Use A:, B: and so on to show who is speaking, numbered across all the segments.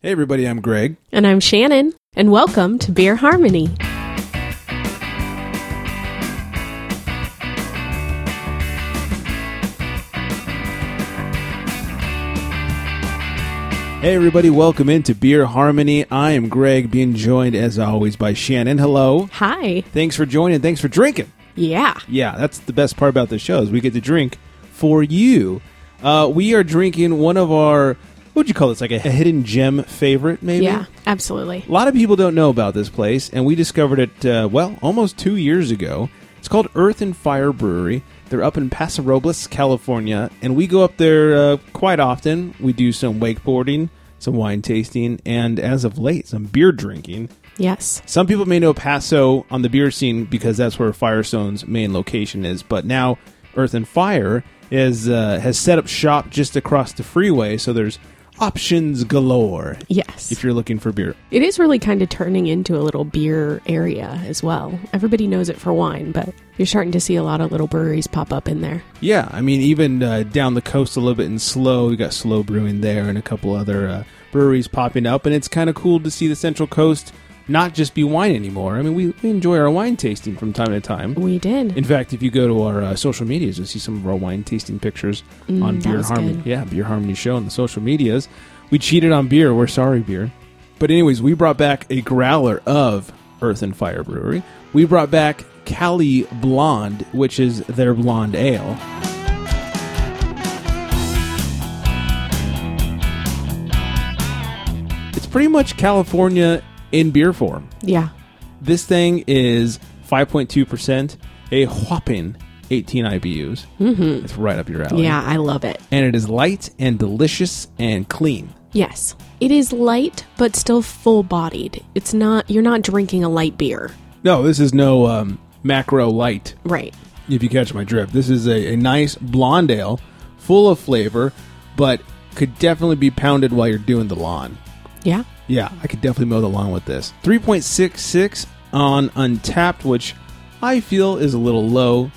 A: Hey, everybody, I'm Greg.
B: And I'm Shannon, and welcome to Beer Harmony.
A: Hey, everybody, welcome into Beer Harmony. I am Greg, being joined as always by Shannon. Hello.
B: Hi.
A: Thanks for joining. Thanks for drinking.
B: Yeah.
A: Yeah, that's the best part about this show is we get to drink for you. Uh, we are drinking one of our, what would you call this, like a hidden gem favorite, maybe?
B: Yeah, absolutely.
A: A lot of people don't know about this place, and we discovered it, uh, well, almost two years ago. It's called Earth and Fire Brewery. They're up in Paso Robles, California, and we go up there uh, quite often. We do some wakeboarding, some wine tasting, and as of late, some beer drinking.
B: Yes.
A: Some people may know Paso on the beer scene because that's where Firestone's main location is, but now Earth and Fire is uh, has set up shop just across the freeway, so there's options galore if
B: Yes.
A: you're looking for beer.
B: It is really kind of turning into a little beer area as well. Everybody knows it for wine, but you're starting to see a lot of little breweries pop up in there.
A: Yeah, I mean, even uh, down the coast a little bit in Slow, we got Slow Brewing there and a couple other uh, breweries popping up, and it's kind of cool to see the Central Coast not just be wine anymore. I mean, we, we enjoy our wine tasting from time to time.
B: We did.
A: In fact, if you go to our uh, social medias, you'll see some of our wine tasting pictures on
B: Mm, that
A: Beer
B: was
A: Harmony.
B: good.
A: Yeah, Beer Harmony Show on the social medias. We cheated on beer. We're sorry, beer. But, anyways, we brought back a growler of Earth and Fire Brewery. We brought back Cali Blonde, which is their blonde ale. It's pretty much California in beer form.
B: Yeah.
A: This thing is 5.2%, a whopping 18 IBUs. Mm-hmm. It's right up your alley.
B: Oh, Yeah, I love it.
A: And it is light and delicious and clean.
B: Yes. It is light, but still full bodied. It's not, you're not drinking a light beer.
A: No, this is no um, macro light,
B: Right.
A: if you catch my drift. This is a, a nice blonde ale, full of flavor, but could definitely be pounded while you're doing the lawn.
B: Yeah.
A: Yeah, I could definitely mow the lawn with this. 3.66 on Untapped, which I feel is a little low.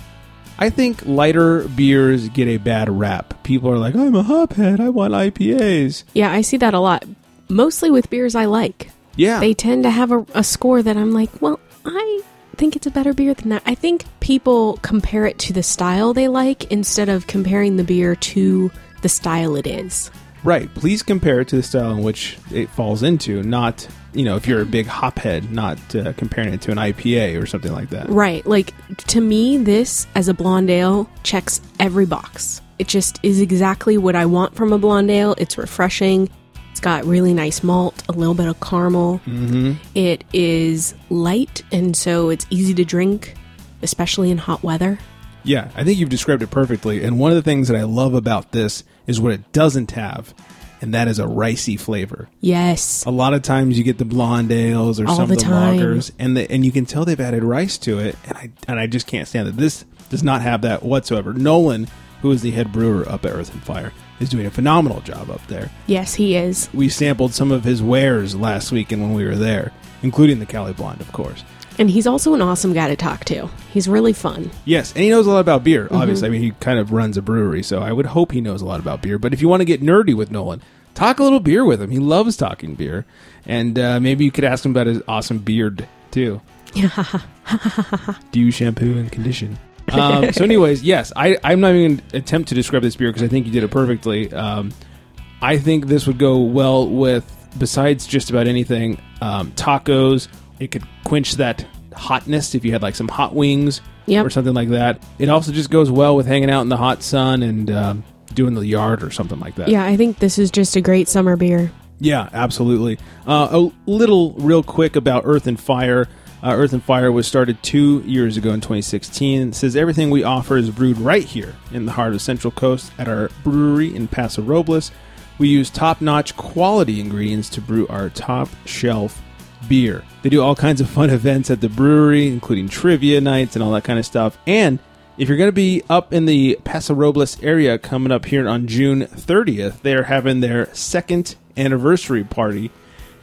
A: I think lighter beers get a bad rap. People are like, I'm a hophead. I want IPAs.
B: Yeah, I see that a lot, mostly with beers I like.
A: Yeah.
B: they tend to have a, a score that I'm like, well, I think it's a better beer than that. I think people compare it to the style they like instead of comparing the beer to the style it is.
A: right. Please compare it to the style in which it falls into, not, you know, if you're a big hophead, not uh, comparing it to an IPA or something like that.
B: Right. Like, to me, this as a blonde ale checks every box. It just is exactly what I want from a blonde ale. It's refreshing. It's got really nice malt, a little bit of caramel. Mm-hmm. is light, and so it's easy to drink, especially in hot weather.
A: Yeah, I think you've described it perfectly. And one of the things that I love about this is what it doesn't have, and that is a ricey flavor.
B: Yes.
A: A lot of times you get the blonde ales or
B: All
A: some of
B: the
A: the
B: time.
A: lagers, and the, and you can tell they've added rice to it, and I and I just can't stand it. This does not have that whatsoever. Nolan, who is the head brewer up at Earth and Fire, is doing a phenomenal job up there.
B: Yes, he is.
A: We sampled some of his wares last week, and when we were there, including the Cali Blonde, of course.
B: And he's also an awesome guy to talk to. He's really fun.
A: Yes, and he knows a lot about beer. Obviously, I mean, he kind of runs a brewery, so I would hope he knows a lot about beer. But if you want to get nerdy with Nolan, talk a little beer with him. He loves talking beer, and uh, maybe you could ask him about his awesome beard too. Do you shampoo and condition? Um, so, anyways, yes, I, I'm not even going to attempt to describe this beer because I think you did it perfectly. Um, I think this would go well with, besides just about anything, um, tacos. It could quench that hotness if you had like some hot wings
B: Yep.
A: or something like that. It also just goes well with hanging out in the hot sun and um, doing the yard or something like that.
B: Yeah, I think this is just a great summer beer.
A: Yeah, absolutely. Uh, a little real quick about Earth and Fire. Uh, Earth and Fire was started two years ago in 2016. It says everything we offer is brewed right here in the heart of Central Coast at our brewery in Paso Robles. We use top notch quality ingredients to brew our top shelf beer. They do all kinds of fun events at the brewery, including trivia nights and all that kind of stuff. And if you're going to be up in the Paso Robles area coming up here on June 30th, they are having their second anniversary party.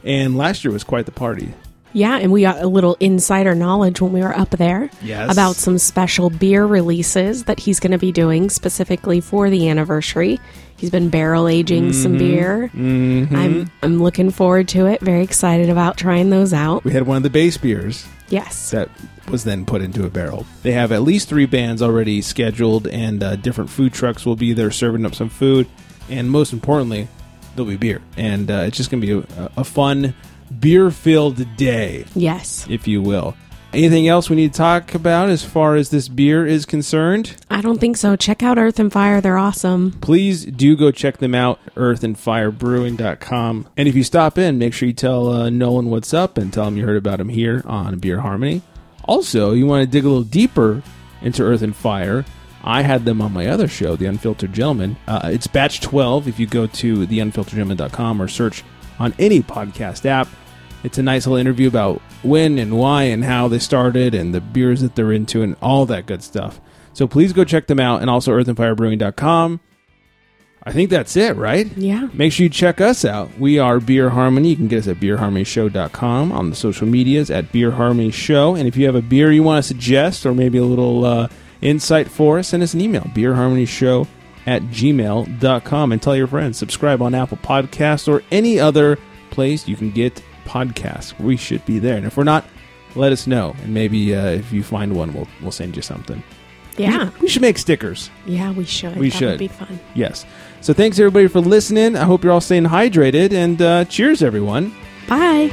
A: And last year was quite the party.
B: Yeah, and we got a little insider knowledge when we were up there
A: Yes.
B: about some special beer releases that he's going to be doing specifically for the anniversary. He's been barrel aging some beer.
A: Mm-hmm.
B: I'm I'm looking forward to it. Very excited about trying those out.
A: we had one of the base beers
B: Yes.
A: that was then put into a barrel. They have at least three bands already scheduled, and uh, different food trucks will be there serving up some food. And most importantly, there'll be beer. And uh, it's just going to be a, a fun, beer filled day,
B: Yes.
A: if you will. Anything else we need to talk about as far as this beer is concerned?
B: I don't think so. Check out Earth and Fire. They're awesome.
A: please do go check them out earthandfirebrewing.com and if you stop in make sure you tell uh, nolan what's up and tell him you heard about him here on beer harmony also you want to dig a little deeper into earth and fire i had them on my other show the unfiltered gentleman uh, it's batch 12 if you go to theunfilteredgentleman.com or search on any podcast app it's a nice little interview about when and why and how they started and the beers that they're into and all that good stuff so please go check them out and also earthandfirebrewing.com I think that's it, right?
B: Yeah.
A: Make sure you check us out. We are Beer Harmony. You can get us at beerharmonyshow.com on the social medias at Beer Harmony Show. And if you have a beer you want to suggest or maybe a little uh, insight for us, send us an email, beerharmonyshow at gmail.com. And tell your friends, subscribe on Apple Podcasts or any other place you can get podcasts. We should be there. And if we're not, let us know. And maybe uh, if you find one, we'll, we'll send you something.
B: Yeah.
A: We should make stickers.
B: Yeah, we should.
A: We
B: that
A: should.
B: would be fun.
A: Yes. So thanks everybody for listening. I hope you're all staying hydrated and uh, cheers, everyone.
B: Bye.